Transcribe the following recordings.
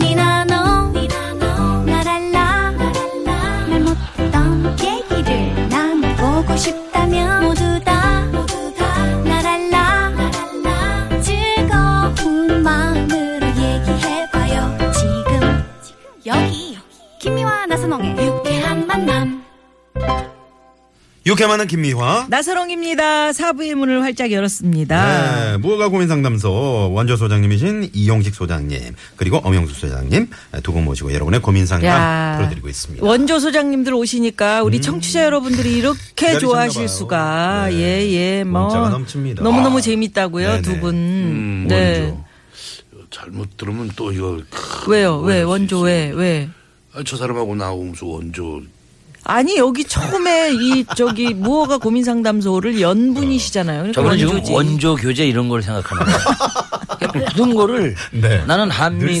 니나노 나랄라 말 못했던 얘기를 나눠보고 싶다면 모두 다 나랄라 즐거운 마음으로 얘기해봐요 지금 여기 김미와 나선홍의 유쾌한 만남 유쾌만한 김미화. 나서롱입니다. 사부의 문을 활짝 열었습니다. 네, 무허가 고민 상담소 원조 소장님이신 이용식 소장님 그리고 엄영수 소장님 네, 두 분 모시고 여러분의 고민 상담 들어드리고 아, 있습니다. 음. 원조 소장님들 오시니까 우리 청취자 여러분들이 이렇게 기다리셨나 좋아하실 봐요. 수가 네. 예예 뭐 문자가 넘칩니다. 너무너무 아. 재밌다고요 네네. 두 분. 음, 네. 원조. 잘못 들으면 또 이거 크- 왜요? 왜 오해할 수 원조 있어요. 왜 왜? 아, 저 사람하고 나오면서 원조 아니 여기 처음에 이 저기 무허가 고민 상담소를 연분이시잖아요. 그러니까 저분은 지금 원조지. 원조 교제 이런 걸 생각하는 거예요. 모든 거를 네. 나는 한미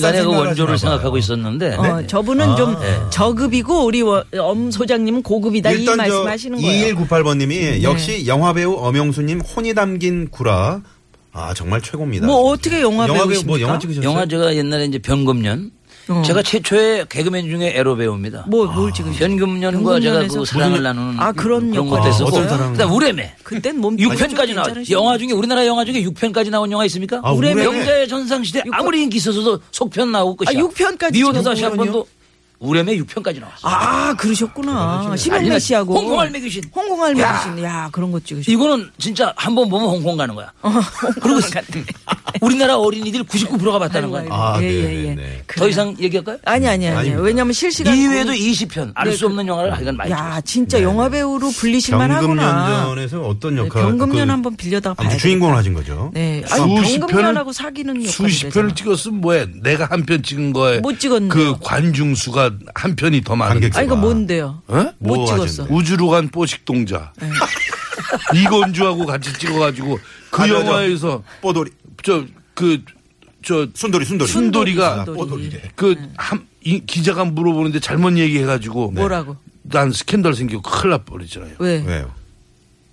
늘상 간의 그 생각하시나 원조를 봐요. 생각하고 있었는데 네. 어, 아. 저분은 좀 네. 저급이고 우리 원- 엄 소장님은 고급이다 이 일단 저 말씀하시는 거예요. 네. 2198번님이 역시 영화배우 엄영수님 혼이 담긴 구라 아 정말 최고입니다. 뭐 어떻게 영화 영화배우 배우십니까? 뭐 영화 찍으셨어요? 영화 제가 옛날에 이제 변금년 제가 최초의 개그맨 중에 에로 배우입니다. 뭐 뭘 찍으셨요 변금년과 제가 변금년에서 그 사랑을 무슨- 나누는 아, 그런 그런 역할. 것도 했었고 어떤 사랑? 그다음 우레메 그땐 아, 몸 6편까지 나왔 영화 중에 우리나라 영화 중에 6편까지 나온 영화 있습니까? 아, 우레메. 명자의 전상시대 아무리 인기 있어서도 속편 나오고 아, 끝이야. 육편까지 미워도 찍었군요. 다시 한 번도 우레메 6편까지 나왔어. 아 그러셨구나. 심영래 난리났- 씨하고 홍콩 알매기신. 홍콩 알매기신. 야 그런 거 찍으셨. 이거는 진짜 한 번 보면 홍콩 가는 거야. 그리고 우리나라 어린이들 99%가 봤다는 거야. 아, 예, 예, 네네네. 예. 더 그래. 이상 얘기할까요? 아니 아니 아니. 아닙니다. 왜냐면 실시간 이외에도 20편 알 네, 수 없는 영화를 하여간 많이 야 찍었어요. 진짜 영화 배우로 불리실만 하구나. 병금년전에서 어떤 네, 역할? 그 병금년 한번 빌려다가 아무튼 봐야 주인공을 하신 거죠. 네. 아니 수십 병금년하고 사귀는 편을 수십 역할이잖아. 편을 찍었으면 뭐해? 내가 한 편 찍은 거에 못 찍었네요. 그 관중수가 한 편이 더 많은데. 관객수. 아니 이거 뭔데요? 어? 못 뭐 찍었어. 네. 하셨는데? 우주로 간 뽀식동자. 이건주하고 같이 찍어가지고 그 아, 맞아. 영화에서 그, 뽀돌이 저그저 순돌이 순돌이 아, 순돌이. 순돌이가 네. 뽀돌이래. 그 한 기자가 물어보는데 잘못 얘기해가지고 뭐라고? 난 스캔들 생기고 큰일 날 뻔했잖아요. 왜? 왜요?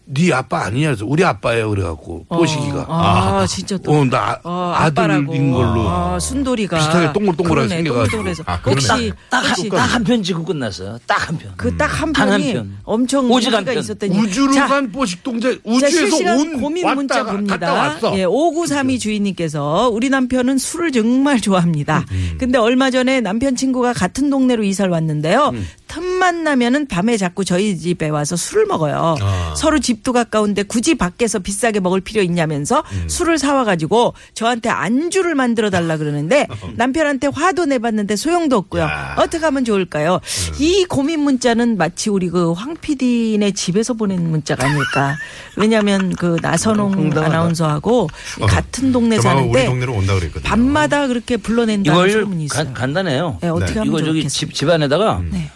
네 아빠 아니냐 그래서 우리 아빠예요 그래갖고 어, 뽀식이가 아, 진짜 또. 어, 나 어, 아빠라고. 아들인 걸로 아, 순돌이가 비슷하게 동글동글하게 그러네, 생겨가지고. 동글동글해서. 아, 그러네. 혹시 혹시 딱한 편 찍고 끝났어요. 딱 한 편. 그 딱 한 단한 편이 편. 엄청 오직 한 인기가 편. 있었더니 우주로 자, 간 뽀식 동자 자, 우주에서 실시간 온 고민 왔다가 문자 갔다 봅니다. 왔어. 예, 5932 주인님께서 우리 남편은 술을 정말 좋아합니다. 음, 근데 얼마 전에 남편 친구가 같은 동네로 이사를 왔는데요. 음. 틈만 나면은 밤에 자꾸 저희 집에 와서 술을 먹어요. 아. 서로 집도 가까운데 굳이 밖에서 비싸게 먹을 필요 있냐면서 음. 술을 사와 가지고 저한테 안주를 만들어 달라 그러는데 남편한테 화도 내봤는데 소용도 없고요. 어떻게 하면 좋을까요? 이 고민 문자는 마치 우리 그 황 PD네 집에서 보낸 문자가 아닐까. 왜냐하면 그 나선홍 아나운서하고 같은 동네 저마가 우리 사는데 동네로 온다 그랬거든요. 밤마다 그렇게 불러낸다는 이걸 소문이 있어요. 간, 간단해요. 네, 어떻게 하면 이거 저기 좋겠어요? 집, 집안에다가 네.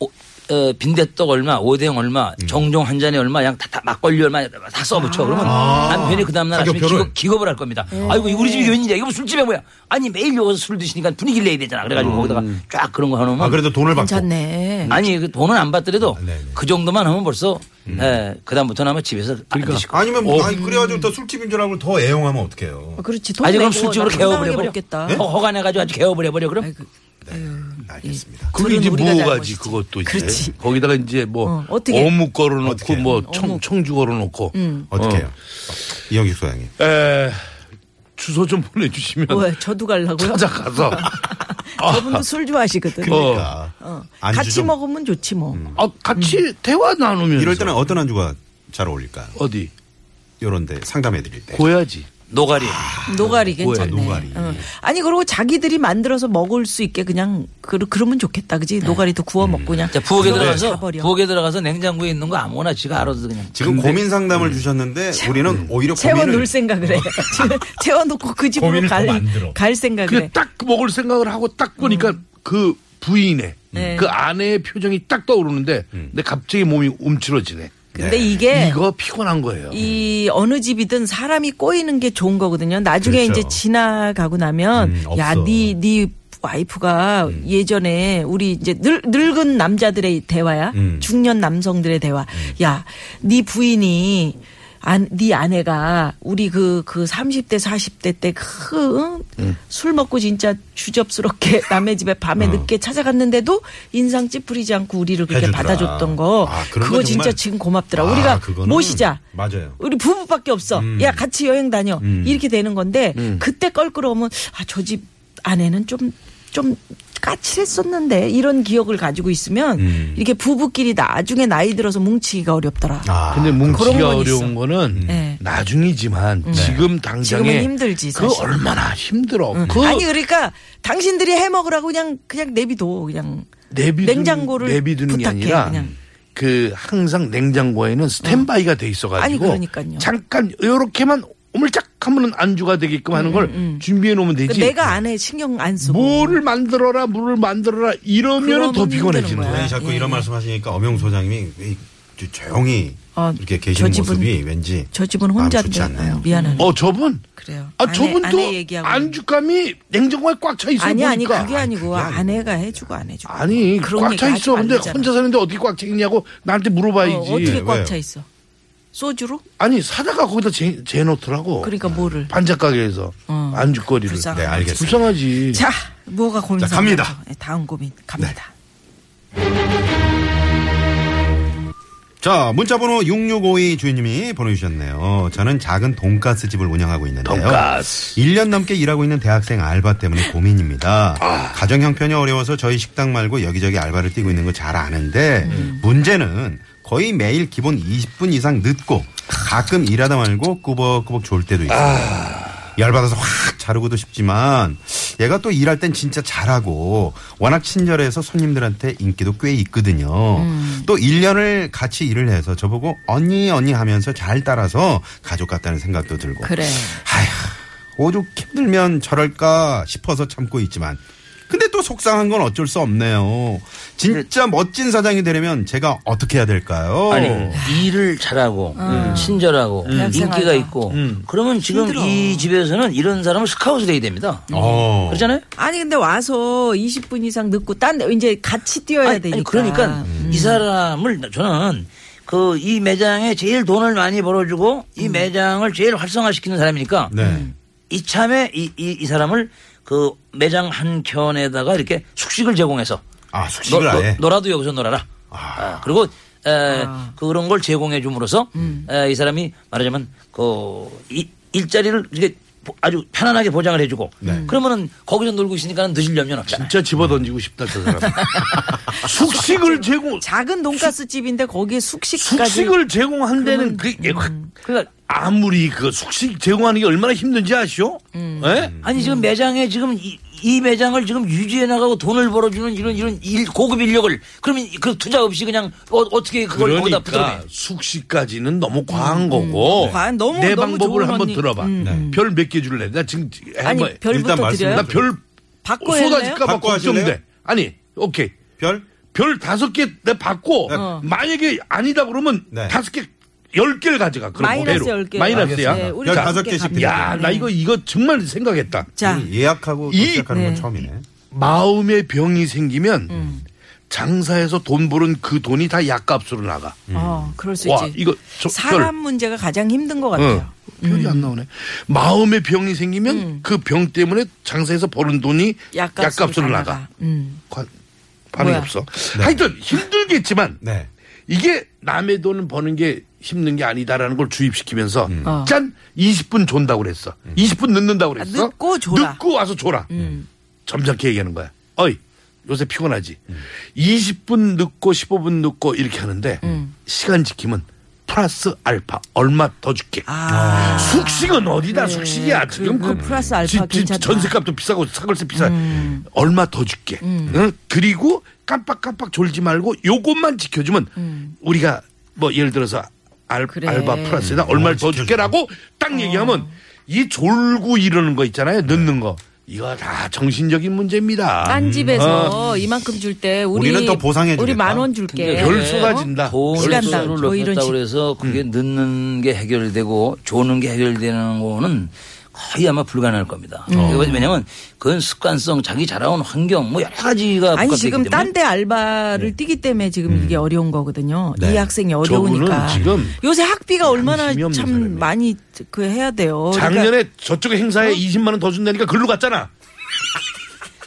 오, 어, 빈대떡 얼마, 오뎅 얼마, 음. 정종 한 잔에 얼마, 양 다, 다 막걸리 얼마 다 아. 써붙여. 그러면 남편이 그 다음날 아침에 가격표를. 기겁, 기겁을 할 겁니다. 아이고, 이거 네. 우리 집이 웬일이야. 이거 뭐 술집에 뭐야. 아니, 매일 여기서 술 드시니까 분위기를 내야 되잖아. 그래가지고 거기다가 쫙 그런 거 해놓으면. 음. 아 그래도 돈을 받고. 괜찮네. 아니, 그 돈은 안 받더라도 아, 네네. 음. 그 정도만 하면 벌써, 예, 그다음부터는 아마 집에서 안 그러니까. 드시고. 아니면 뭐 아니, 그래가지고 더 술집인 줄 알고 더 애용하면 어떡해요. 어, 그렇지. 돈 아니, 그럼 내고 술집으로 나 건강하게 개업을 해버려. 먹겠다. 어, 허간해가지고 아주 개업을 해버려. 그럼 알겠습니다. 그게 이제 우리가 무어가지 잘못이지. 그것도 이제 그렇지. 거기다가 이제 뭐 어, 어떻게? 묵 어떻게? 걸어놓고 뭐 청, 청주 걸어놓고 음. 어떻게 해요? 이영식 소장님. 에, 주소 좀 보내주시면 왜 저도 갈라고요? 찾아가서 어. 저분도 술 좋아하시거든. 그러니까 어. 안주 같이 좀- 먹으면 좋지 뭐. 아, 같이 대화 나누면서 이럴 때는 어떤 안주가 잘 어울릴까? 어디 요런데 상담해 드릴 때. 고야지 노가리. 노가리 괜찮네. 노가리. 어. 아니 그리고 자기들이 만들어서 먹을 수 있게 그냥 그, 그러면 좋겠다, 네. 그지? 노가리도 구워 음. 먹고 그냥. 자, 부엌에 그냥 들어가서, 사버려. 부엌에 들어가서 냉장고에 있는 거 아무거나 지가 알아서 그냥. 지금 고민 상담을 주셨는데 우리는 오히려 채워놓을 고민을 어. 생각을 해. 채워놓고 그 집으로 고민을 더 갈, 만들어. 갈 생각을 해. 그 딱 먹을 생각을 하고 딱 보니까 그 부인의 음. 네. 그 아내의 표정이 딱 떠오르는데 음. 내 갑자기 몸이 움츠러지네. 근데 이게 이거 피곤한 거예요. 이 어느 집이든 사람이 꼬이는 게 좋은 거거든요. 나중에 그렇죠. 이제 지나가고 나면 음, 야, 없어. 음. 니, 니 와이프가 예전에 우리 이제 늙, 늙은 음. 남자들의 대화야. 중년 남성들의 대화. 야, 니 부인이 안, 네 아내가 우리 그, 그 30대, 40대 때 그, 음. 술 먹고 진짜 주접스럽게 남의 집에 밤에 어. 늦게 찾아갔는데도 인상 찌푸리지 않고 우리를 그렇게 해주더라. 받아줬던 거. 아, 그런 그거 거 진짜 정말- 지금 고맙더라. 아, 우리가 그거는- 모시자. 맞아요. 우리 부부밖에 없어. 음. 야, 같이 여행 다녀. 이렇게 되는 건데 음. 그때 껄끄러우면 아, 저 집 아내는 좀, 좀 까칠했었는데 이런 기억을 가지고 있으면 음. 이렇게 부부끼리 나중에 나이 들어서 뭉치기가 어렵더라. 아, 근데 그런 뭉치기가 건 있어. 어려운 거는 네. 음. 나중이지만 지금 당장에 지금은 힘들지, 그 사실. 얼마나 힘들어. 그 아니 그러니까 당신들이 해 먹으라고 그냥 그냥 내비둬 그냥 내비두는, 냉장고를 내비두는 부탁해, 게 아니라 그냥. 그 항상 냉장고에는 스탠바이가 돼 있어가지고 아니, 그러니까요. 잠깐 요렇게만 오물짝 하면은 안주가 되게끔 하는 걸 준비해 놓으면 되지. 음, 그러니까 내가 안 해 신경 안 쓰고 뭐를 만들어라 물을 만들어라 이러면은 더 그러면 피곤해지는 힘드는 거야. 거야. 네, 자꾸 예, 이런 예. 말씀하시니까 엄영 소장님이 왜 이렇게 조용히 아, 이렇게 계시는 저 집은- 모습이 왠지 저 집은 아, 마음 혼자 좋지 않나요? 미안하네 어 저분. 그래요 아 아내- 저분도 아내 얘기하고 안주감이 냉장고에 꽉 차 있어 아니 보니까. 아니 그게 아니고 그게 아니고. 아내가 해주고 안 해주고 아니 꽉 차 얘기 있어. 하지 근데 말자잖아. 혼자 사는데 어떻게 꽉 차 있냐고 나한테 물어봐야지. 어, 어떻게 꽉 왜요? 차 있어 소주로 아니 사다가 거기다 재, 재놓더라고. 그러니까 뭐를 반짝 가게에서 어. 안주거리를. 불쌍하다. 네, 알겠습니다. 불쌍하지. 자 뭐가 고민 자, 갑니다. 상담소. 네, 다음 고민 갑니다 자, 문자번호 6652 주인님이 보내주셨네요. 저는 작은 돈가스 집을 운영하고 있는데요. 돈가스. 1년 넘게 일하고 있는 대학생 알바 때문에 고민입니다. 아. 가정 형편이 어려워서 저희 식당 말고 여기저기 알바를 뛰고 있는 거 잘 아는데 음. 문제는 거의 매일 기본 20분 이상 늦고 가끔 일하다 말고 꾸벅꾸벅 졸 때도 있어요. 열받아서 확 자르고도 싶지만 얘가 또 일할 땐 진짜 잘하고 워낙 친절해서 손님들한테 인기도 꽤 있거든요. 음. 또 1년을 같이 일을 해서 저보고 언니 언니 하면서 잘 따라서 가족 같다는 생각도 들고 그래 아휴 오죽 힘들면 저럴까 싶어서 참고 있지만 근데 또 속상한 건 어쩔 수 없네요. 진짜 멋진 사장이 되려면 제가 어떻게 음. 해야 될까요? 아니 일을 잘하고 음, 친절하고 어. 대학생 인기가 알바. 있고 음. 그러면 지금 이 집에서는 이런 사람을 스카우트 돼야 됩니다. 어. 그렇잖아요? 아니 근데 와서 20분 이상 늦고 딴 데 이제 같이 뛰어야 아니, 되니까 음. 아니, 그러니까 이 사람을 저는 그 이 매장에 제일 돈을 많이 벌어주고 이 음. 매장을 제일 활성화시키는 사람이니까 네. 이참에 이, 이, 이 사람을 그 매장 한 켠에다가 이렇게 숙식을 제공해서 아, 숙식을 아예. 너, 라도 여기서 놀아라. 아, 그리고 에, 그런 걸 제공해 줌으로써 에, 이 사람이 말하자면 그 이, 일자리를 이렇게 보- 아주 편안하게 보장을 해주고 그러면은 거기서 놀고 있으니까 늦을 염려는 없잖아요. 진짜 집어던지고 싶다 저 사람. 숙식을 제공 작은 돈가스 집인데 거기에 숙식까지 숙식을 제공한 음. 데는 그 그러니까 아무리 그 숙식 제공하는 게 얼마나 힘든지 아시오? 음. 예? 아니 지금 매장에 지금 이, 이 매장을 지금 유지해 나가고 돈을 벌어주는 이런 이런 일, 고급 인력을 그러면 이- 그 투자 없이 그냥 어, 떻게 그걸 거기다 그러니까 붙여내? 숙식까지는 너무 과한 거고 음, 어, 과한, 너무, 내 너무 방법을 좋은 한번 언니. 음, 들어봐. 네. 별 몇 개 줄래? 나 지금 아니 한번 일단 별부터 말씀- 드려요? 나 별- 나별 바꿔 쏟아질까봐 바꿔 하실래요? 걱정돼. 아니 오케이 별? 별 다섯 개 내 받고 어. 만약에 아니다 그러면 네. 다섯 개 열 개를 가져가. 그럼 마이너스 그대로. 열 개. 마이너스야. 네, 우리 열 자, 다섯 개씩 갑니다. 네. 야 나 이거 이거 정말 생각했다. 자, 음. 예약하고 또 이- 시작하는 건 네. 처음이네. 마음의 병이 생기면 음. 장사해서 돈 벌은 그 돈이 다 약값으로 나가. 어, 그럴 수 와, 있지. 이거 저- 사람 문제가 가장 힘든 것 같아요. 응. 별이 어. 안 나오네. 마음의 병이 생기면 그 병 때문에 장사해서 벌은 돈이 약값으로, 약값으로 나가. 나가. 음. 관- 반응이 뭐야? 없어. 하여튼 힘들겠지만 네. 이게 남의 돈 버는 게 힘든 게 아니다라는 걸 주입시키면서 어. 짠 20분 존다고 그랬어. 20분 늦는다고 그랬어. 아, 음. 늦고 줘라. 늦고 와서 줘라. 점잖게 얘기하는 거야. 어이 요새 피곤하지. 20분 늦고 15분 늦고 이렇게 하는데 음. 시간 지키면 플러스 알파 얼마 더 줄게. 아. 숙식은 어디다 그래. 숙식이야 지금 그래, 그 플러스 알파 지- 지- 괜찮다. 음. 전세값도 비싸고 사골세 비싸 얼마 더 줄게 응? 그리고 깜빡깜빡 졸지 말고 요것만 지켜주면 우리가 뭐 예를 들어서 알, 음. 그래. 어. 바 플러스에다 음. 얼마를 더 줄게라고 딱 얘기하면 이 졸고 이러는 거 있잖아요 네. 늦는 거 이거 다 정신적인 문제입니다 딴 집에서 아. 이만큼 줄 때 우리 우리는 더 보상해주겠다. 우리 만 원 줄게. 어? 근데 별 쏟아진다 돈을 예. 시간당 수를 뭐 이런 높였다고 식- 그래서 그게 늦는 게 해결되고 조는 게 해결되는 거는 거의 아마 불가능할 겁니다. 음. 어. 왜냐하면 그건 습관성, 자기 자라온 환경 뭐 여러 가지가 아니 복합되기 지금 때문에 딴 데 네. 알바를 뛰기 때문에 지금 이게 어려운 거거든요. 네. 이 학생이 음. 저분은 어려우니까. 지금 요새 학비가 얼마나 양심이 참 없는 사람이에요. 많이 그 해야 돼요. 작년에 그러니까- 저쪽에 행사에 20만 원 더 준다니까 글로 갔잖아.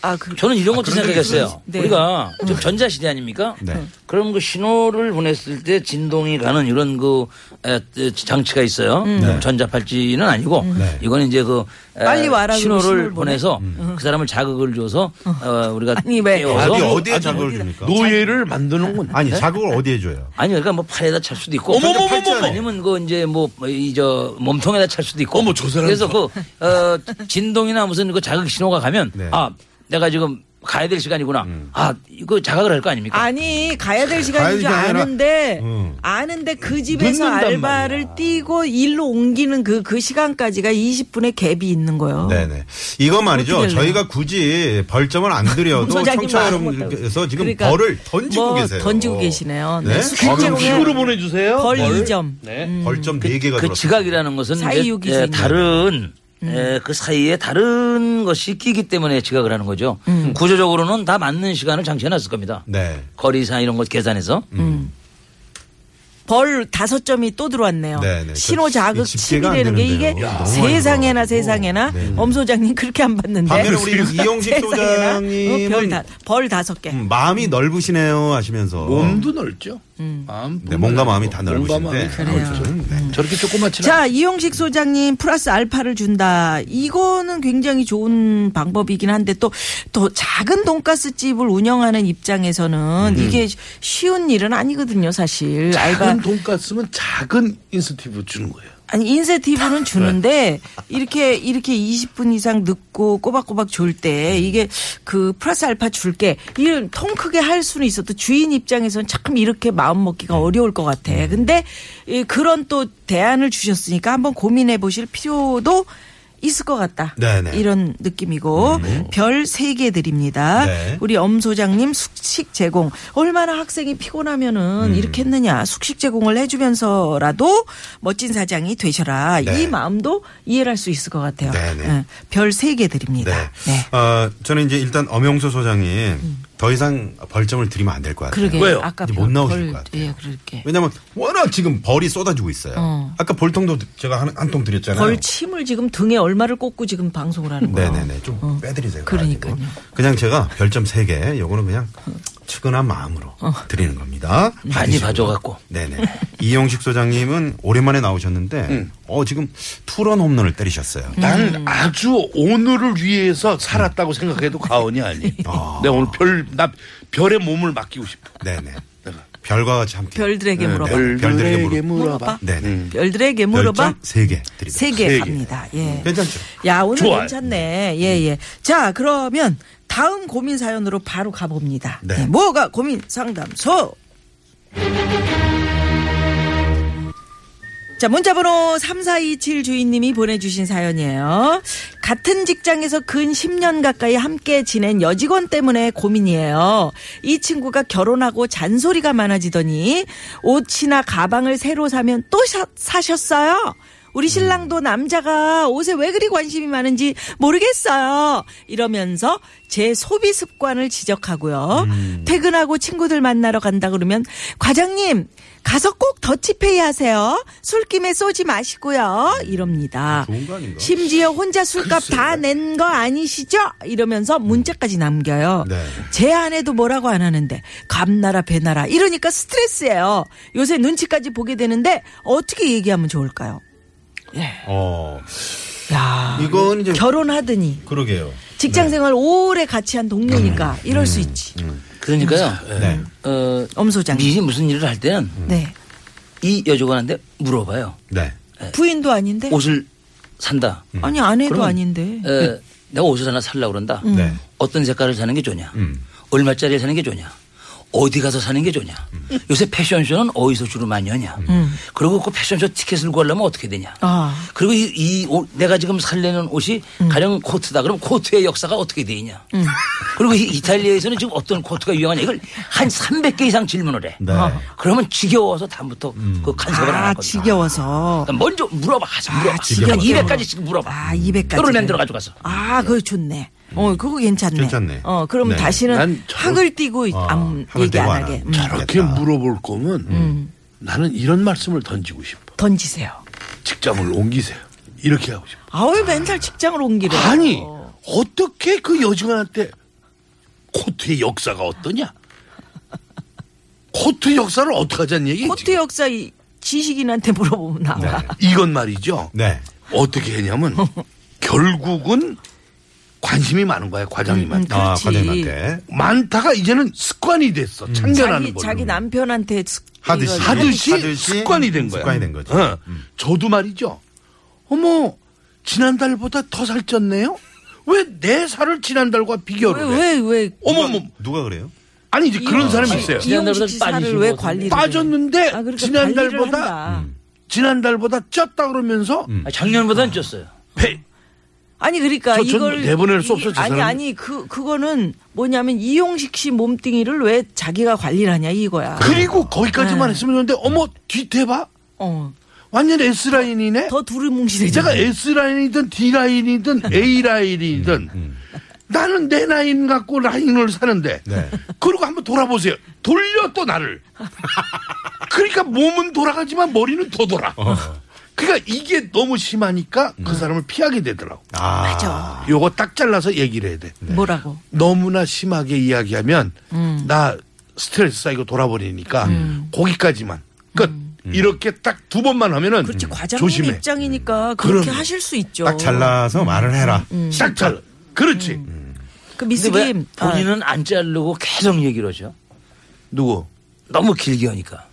아 그, 저는 이런 것도 그런 적이 생각했어요. 있어요? 네. 우리가 지금 전자 시대 아닙니까? 네. 그럼 그 신호를 보냈을 때 진동이 가는 이런 그 에, 에, 장치가 있어요. 음, 전자 팔찌는 아니고 네. 이건 이제 그 음. 에, 네. 빨리 와라 그러고 신호를 음. 신호를 보내서 그 사람을 자극을 줘서 어, 우리가 아니, 왜? 깨워서 아니 어디에 자극을 줍니까? 노예를 네? 만드는군. 아니 자극을 어디에 줘요? 아니 그러니까 뭐 팔에다 찰 수도 있고 어머머머머머! 팔찌 아니면 그 이제 뭐 이 저 몸통에다 찰 수도 있고 어머, 저 사람 그래서 그 어, 진동이나 무슨 그 자극 신호가 가면 네. 음. 아 내가 지금 가야 될 시간이구나 아 이거 자각을 할 거 아닙니까 아니 가야 될 가야 시간인 될 줄 게 아니라- 아는데 음. 아는데 그 집에서 어. 늦는단 알바를 뛰고 일로 옮기는 그 그 시간까지가 20분의 갭이 있는 거예요. 네네. 이거 말이죠. 어. 어떻게 저희가 굳이 벌점을 안 드려도 소장님 청취자 말은 여러분께서 지금 그러니까 벌을 던지고 뭐 계세요. 던지고 계시네요. 네. 네? 수익 벌금 제공에 음, 식으로 보내주세요. 벌 벌. 2점. 네. 벌점 네개가 그 들었어요. 지각이라는 것은 이제, 사이유기지. 음. 예, 다른 예, 그 사이에 다른 것이 끼기 때문에 지각을 하는 거죠. 음. 음, 구조적으로는 다 맞는 시간을 장치해놨을 겁니다. 네. 음. 거리사 이런 것 계산해서 벌 다섯 점이 또 들어왔네요. 네, 네. 신호 저 자극 이 집계가 안 10이라는 게 이게 되는데요. 야, 너무 세상에나 많이 세상에나 들어가고. 네. 엄 소장님 그렇게 안 봤는데. 어, 반면에 우리 이용식 세상에나 소장님은 어, 별 다- 벌 다섯 개. 음, 마음이 넓으시네요 하시면서 몸도 넓죠. 마음 네, 몸과 마음이 다 넓으신데 넓죠. 음. 저렇게 조그맣지 자, 이용식 소장님 플러스 알파를 준다. 이거는 굉장히 좋은 방법이긴 한데 또 더 작은 돈가스 집을 운영하는 입장에서는 음. 이게 쉬운 일은 아니거든요, 사실. 알바 작은 돈가스는 작은 인센티브 주는 거예요. 아니 인센티브는 네. 주는데 이렇게 이렇게 20분 이상 늦고 꼬박꼬박 줄 때 이게 그 플러스 알파 줄게 이걸 통 크게 할 수는 있어도 주인 입장에서는 참 이렇게 마음 먹기가 네. 어려울 것 같아. 음. 근데 이 그런 또 대안을 주셨으니까 한번 고민해 보실 필요도 있을 것 같다. 네네. 음. 이런 느낌이고 별 세 개 드립니다. 네. 우리 엄 소장님 숙식 제공 얼마나 학생이 음. 피곤하면은 이렇게 했느냐 숙식 제공을 해주면서라도 멋진 사장이 되셔라 네. 이 마음도 이해할 수 있을 것 같아요. 네네. 별 세 개 네. 드립니다. 네. 음. 어, 저는 이제 일단 엄영수 소장님 더 이상 벌점을 드리면 안 될 것 같아요. 그러게 왜요? 아까 이제 못 별- 나오실 별- 것 같아요. 예, 그렇게 왜냐면 워낙 지금 벌이 쏟아지고 있어요. 아까 벌통도 제가 한 통 드렸잖아요. 벌침을 지금 등에 얼마를 꽂고 지금 방송을 하는 거예요. 네네네. 좀 빼드리세요. 어. 그러니까요. 가지고. 그냥 제가 별점 3개, 요거는 그냥 측은한 마음으로 어. 드리는 겁니다. 많이 봐줘갖고. 네네. 이용식 소장님은 오랜만에 나오셨는데, 음. 어, 지금 투런 홈런을 때리셨어요. 음. 나는 아주 오늘을 위해서 살았다고 생각해도 과언이 아니. 내가 오늘 별, 나 별의 몸을 맡기고 싶어. 네네. 내가. 별과 같이 함께. 네, 별들에게 물어봐. 네, 별- 별들에게 물어봐. 네네. 별들에게 물어봐. 별점 3개 드립니다. 세 개 세 개. 갑니다. 예. 괜찮죠? 야 오늘 좋아요. 괜찮네. 예예. 자 그러면 다음 고민 사연으로 바로 가봅니다. 네. 네, 뭐가 고민 상담소. 자, 문자번호 3427 주인님이 보내주신 사연이에요. 같은 직장에서 근 10년 가까이 함께 지낸 여직원 때문에 고민이에요. 이 친구가 결혼하고 잔소리가 많아지더니 옷이나 가방을 새로 사면 또 사, 사셨어요? 음. 우리 신랑도 남자가 옷에 왜 그리 관심이 많은지 모르겠어요. 이러면서 제 소비 습관을 지적하고요. 음. 퇴근하고 친구들 만나러 간다 그러면 과장님 가서 꼭 더치페이 하세요. 술김에 쏘지 마시고요. 이럽니다. 좋은 거 아닌가? 심지어 혼자 술값 다 낸 거 아니시죠? 이러면서 문자까지 남겨요. 음. 네. 제 아내도 뭐라고 안 하는데 감나라 배나라 이러니까 스트레스예요. 요새 눈치까지 보게 되는데 어떻게 얘기하면 좋을까요? 어. 야, 이건 이제. 결혼하더니 그러게요. 직장 생활 오래 같이 한 동료니까 이럴 수 있지. 음. 그러니까요. 네. 음. 어, 엄 소장님. 미리 무슨 일을 할 때는 네. 이 여직원한테 물어봐요. 네. 부인도 아닌데 옷을 산다. 아니 아내도 그러면, 아닌데. 음. 에, 내가 옷을 하나 살라 고 그런다. 네. 어떤 색깔을 사는 게 좋냐? 음. 얼마짜리 사는 게 좋냐? 어디 가서 사는 게 좋냐. 요새 패션쇼는 어디서 주로 많이 하냐. 그리고 그 패션쇼 티켓을 구하려면 어떻게 되냐. 음. 아. 음. 그리고 이, 이 옷, 내가 지금 살려는 옷이 가령 코트다. 그럼 코트의 역사가 어떻게 돼 있냐. 그리고 이, 이탈리아에서는 지금 어떤 코트가 유행하냐. 이걸 한 300개 이상 질문을 해. 네. 그러면 지겨워서 다음부터 그 간섭을 안 아, 하거든. 지겨워서. 아, 그러니까 먼저 물어봐. 가서 물어봐. 지겨워. 한 200가지씩 물어봐. 음. 아, 200까지. 를 만들어 가지고 가서. 아, 그거 좋네. 어, 그거 괜찮네. 괜찮네. 어, 그럼 네. 다시는 난 저런- 학을 띄고 안, 학을 얘기 띄고 안 안 하게. 하는. 음, 저렇게 모르겠다. 물어볼 거면 나는 이런 말씀을 던지고 싶어. 던지세요. 직장을 옮기세요. 이렇게 하고 싶어. 아왜 맨날 직장을 옮기래? 아니 어떻게 그 여직원한테 코트의 역사가 어떠냐? 코트 역사를 어떻게 하자는 얘기? 코트 역사 이 지식인한테 물어보면 나와. 네. 이건 말이죠. 네. 어떻게 했냐면 결국은 관심이 많은 거야 음, 과장님한테. 아, 그렇지. 과장님한테. 많다가 이제는 습관이 됐어. 음. 자기 참견하는 거. 자기 남편한테 스- 하듯이. 이걸- 하듯이, 하듯이 습관이 된 거야. 습관이 된 거지. 음. 어. 저도 말이죠. 어머, 지난달보다 더 살쪘네요? 왜 내 살을 지난달과 비교를 해? 왜, 왜, 왜 어머머, 누가 그래요? 아니 이제 그런 사람이 있어요. 이용식 씨 살을 왜 관리를 빠졌는데 해? 아, 그러니까 관리를 지난달보다 한다. 음. 지난달보다 쪘다 그러면서 아, 작년보다는 쪘어요. 배- 아니 그러니까 저- 전 이걸 내보낼 수 없어, 이- 저 아니 사람은. 아니 그 그거는 뭐냐면 이용식 씨 몸뚱이를 왜 자기가 관리를 하냐 이거야. 그리고 거기까지만 네. 했으면 좋는데 어머 뒤태 봐 어. 완전 S 라인이네. 더 두루뭉실해져. 제가 예. S 라인이든 D 라인이든 A 라인이든 나는 내 라인 갖고 라인을 사는데 네. 그리고 한번 돌아보세요. 돌려 또 나를. 그러니까 몸은 돌아가지만 머리는 더 돌아. 그러니까 이게 너무 심하니까 그 사람을 피하게 되더라고. 아. 맞아. 요거 딱 잘라서 얘기를 해야 네. 돼. 뭐라고? 너무나 심하게 이야기하면 음. 나 스트레스 쌓이고 돌아버리니까 거기까지만 끝. 음. 이렇게 딱 두 번만 음. 하면은 음. 그렇지 과장님 조심해. 입장이니까 그렇게 그럼요. 하실 수 있죠. 딱 어. 잘라서 말을 해라. 음, 딱 음. 잘라. 그렇지. 그 미스 근데 왜 김 아, 본인은 안 자르고 계속 얘기를 하죠? 누구? 너무 길게 하니까.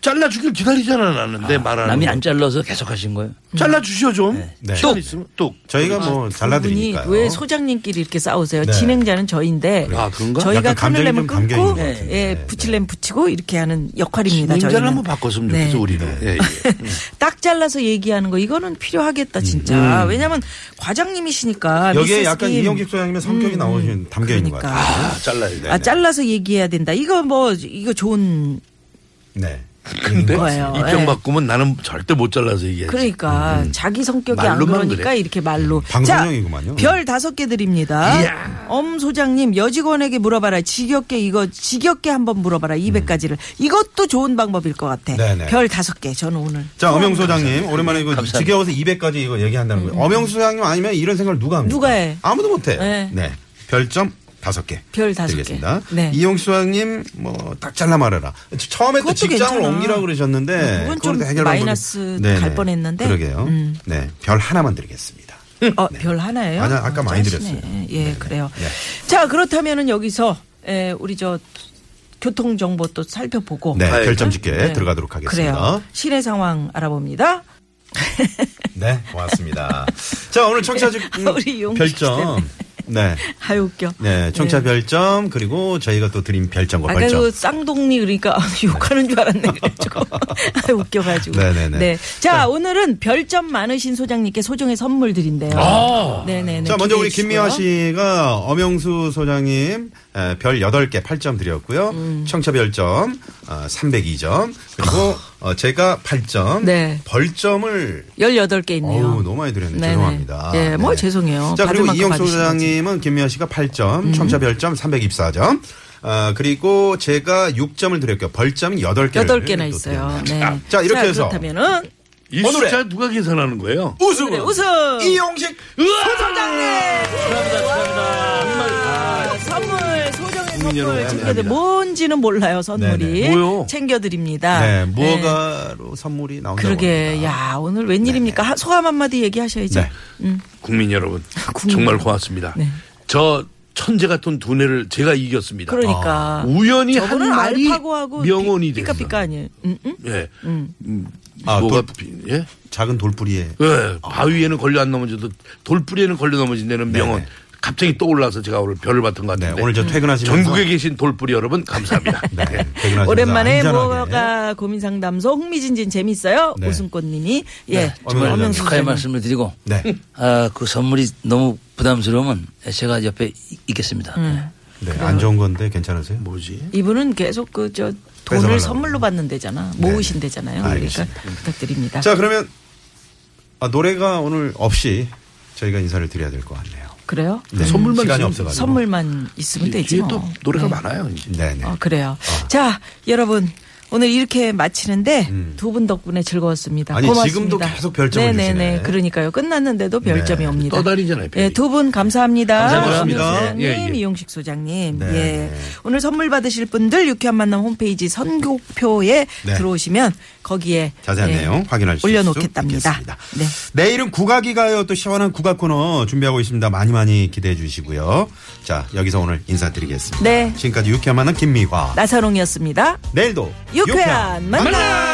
잘라 주길 기다리잖아 나는 내 네, 말하는. 남이 음. 거. 안 잘라서 계속 하신 거예요? 잘라 주시오 좀. 네. 시간 또. 있으면 또. 저희가 뭐 아, 분이 잘라드리니까요. 왜 소장님끼리 이렇게 싸우세요? 네. 진행자는 저인데 아, 그런가? 저희가 약간 감정이 끊으려면 좀 담겨 있는 끊고 것 같은데. 예, 네. 붙일려면 붙이고 이렇게 하는 역할입니다. 인자를 저희는 한번 바꿨으면 좋겠어 네. 우리는. 예, 예. 딱 잘라서 얘기하는 거 이거는 필요하겠다 진짜. 왜냐면 과장님이시니까 음, 여기에 아, 미세스 약간 김. 이용식 소장님의 성격이 나오신 담겨 있는 것 그러니까. 같아요. 아, 잘라야 돼. 아 잘라서 얘기해야 된다. 이거 뭐 이거 좋은 네. 근데 거예요. 음. 입장 예. 바꾸면 나는 절대 못 잘라서 얘기해. 음, 그러니까 자기 성격이 안 말로만 그러니까 그래. 이렇게 말로. 방송용이구만요. 자, 별 다섯 개 드립니다. 엄 소장님 여직원에게 물어봐라. 지겹게 이거 지겹게 한번 물어봐라. 200가지를. 이것도 좋은 방법일 것 같아. 음. 네네. 별 다섯 개 저는 오늘. 자, 엄영 소장님, 오랜만에 이거 감사합니다. 지겨워서 200까지 이거 얘기한다는 거예요. 엄영 소장님 아니면 이런 생각을 누가 합니까? 음. 누가 해? 아무도 못 해요. 네. 네. 별점 다섯 개. 별 다섯 개. 드리겠습니다. 네. 이용식 소장님, 뭐, 딱 잘라 말해라. 처음에 또 그것도 직장을 괜찮아. 옮기라고 네, 그러셨는데. 그걸 그건 좀 해결하고 마이너스 네, 갈 네. 뻔했는데. 그러게요. 음. 네. 별 하나만 드리겠습니다. 어, 별 하나예요? 아니, 아까 많이 짜시네. 드렸어요. 예, 그래요. 네. 자, 그렇다면은 여기서 에, 우리 저 교통 정보 또 살펴보고 네. 아이, 별점 짓게 네. 들어가도록 하겠습니다. 그래요. 시내 상황 알아봅니다. 네. 고맙습니다. 자, 오늘 청취자 지- 아, 우리 이용식 별점. 네. 아유 웃겨. 네, 뭐 청차 별점 그리고 저희가 또 드린 별점과 아까 벌점. 그 쌍둥이 그러니까 욕하는 줄 알았네 그래가지고 아유, 웃겨가지고. 네네네. 네. 자 오늘은 별점 많으신 소장님께 소정의 선물 드린대요. 네네네. 자, 먼저 기대해 우리 김미화 주시고요. 씨가 엄영수 소장님 에, 별 8개 8점 드렸고요. 음. 청차 별점 어, 302점. 그리고 어, 제가 8점. 아. 네. 벌점을 18개 있네요. 어우, 너무 많이 드렸네요. 네네. 죄송합니다. 예, 뭐 죄송해요. 자, 그리고 받을 만큼 이영수 받으신 거지. 음. 소장님은 김미아 씨가 8점, 청차 별점 324점. 아, 그리고 제가 6점을 드렸고요. 벌점은 8개. 여덟 개나 있어요. 네. 자, 이렇게 해서 그렇다면은 이 오늘의- 숫자 누가 계산하는 거예요? 우승! 그래, 은 우승! 이용식! 선물 소정의 음, 여러분, 선물 챙겨드 감사합니다. 뭔지는 몰라요 선물이 네네. 뭐요? 챙겨드립니다. 네, 네. 무허가로 선물이 나온다고 그러게 야 오늘 웬일입니까 하- 소감 한마디 얘기하셔야죠. 네. 국민 여러분 국민 정말 여러분. 고맙습니다. 네. 저 천재 같은 두뇌를 제가 이겼습니다. 아, 그러니까 우연히 한 저분은 말이 알파고하고 명언이 피- 됐어. 피카피카 아니에요. 음, 음? 예. 아, 뭐가 돌- 비- 예? 작은 돌뿌리에 예. 바위에는 걸려 안 넘어져도 돌뿌리에는 걸려 넘어진다는 명언. 갑자기 떠올라서 제가 오늘 별을 받은 것 같은데. 네, 오늘 저 퇴근하시면서 전국에 계신 돌뿌리 여러분 감사합니다. 예. 네, 퇴근하시면서 오랜만에 안전하게. 뭐가 고민 상담소 흥미진진 재밌어요. 네. 오승꽃님이 예 네, 얼마나 엄영수 축하의 선생님. 말씀을 드리고 네. 아, 그 선물이 너무 부담스러우면 제가 옆에 이- 있겠습니다. 네, 안 좋은 건데 괜찮으세요? 뭐지? 이분은 계속 그 저 돈을 뺏어가려고. 네. 선물로 받는 데잖아 모으신 데잖아요. 그러니까 알겠습니다. 부탁드립니다. 자, 그러면 아, 노래가 오늘 없이 저희가 인사를 드려야 될 것 같네요. 그래요? 네, 선물만 시간이 있으면 없어가지고. 선물만 있으면 되지 뒤에 뭐. 또 노래가 네. 많아요. 이제. 네, 네. 어, 그래요. 자, 여러분. 오늘 이렇게 마치는데 두 분 덕분에 즐거웠습니다. 음. 아니, 고맙습니다. 지금도 계속 별점을 네네네. 주시네. 그러니까요. 끝났는데도 별점이 네. 옵니다. 떠다니잖아요, 별이. 예, 두 분 감사합니다. 감사합니다. 정윤수 소장님, 예, 예. 이용식 소장님. 네, 예. 네. 오늘 선물 받으실 분들 유쾌한 만남 홈페이지 선곡표에 네. 들어오시면 거기에 자세한 예, 내용 확인할 수 올려놓겠답니다. 있겠습니다. 네. 내일은 국악이가요. 또 시원한 국악 코너 준비하고 있습니다. 많이 많이 기대해 주시고요. 자, 여기서 오늘 인사드리겠습니다. 네. 지금까지 유쾌한 만남 김미화. 나사롱이었습니다. 내일도 유쾌한 만남.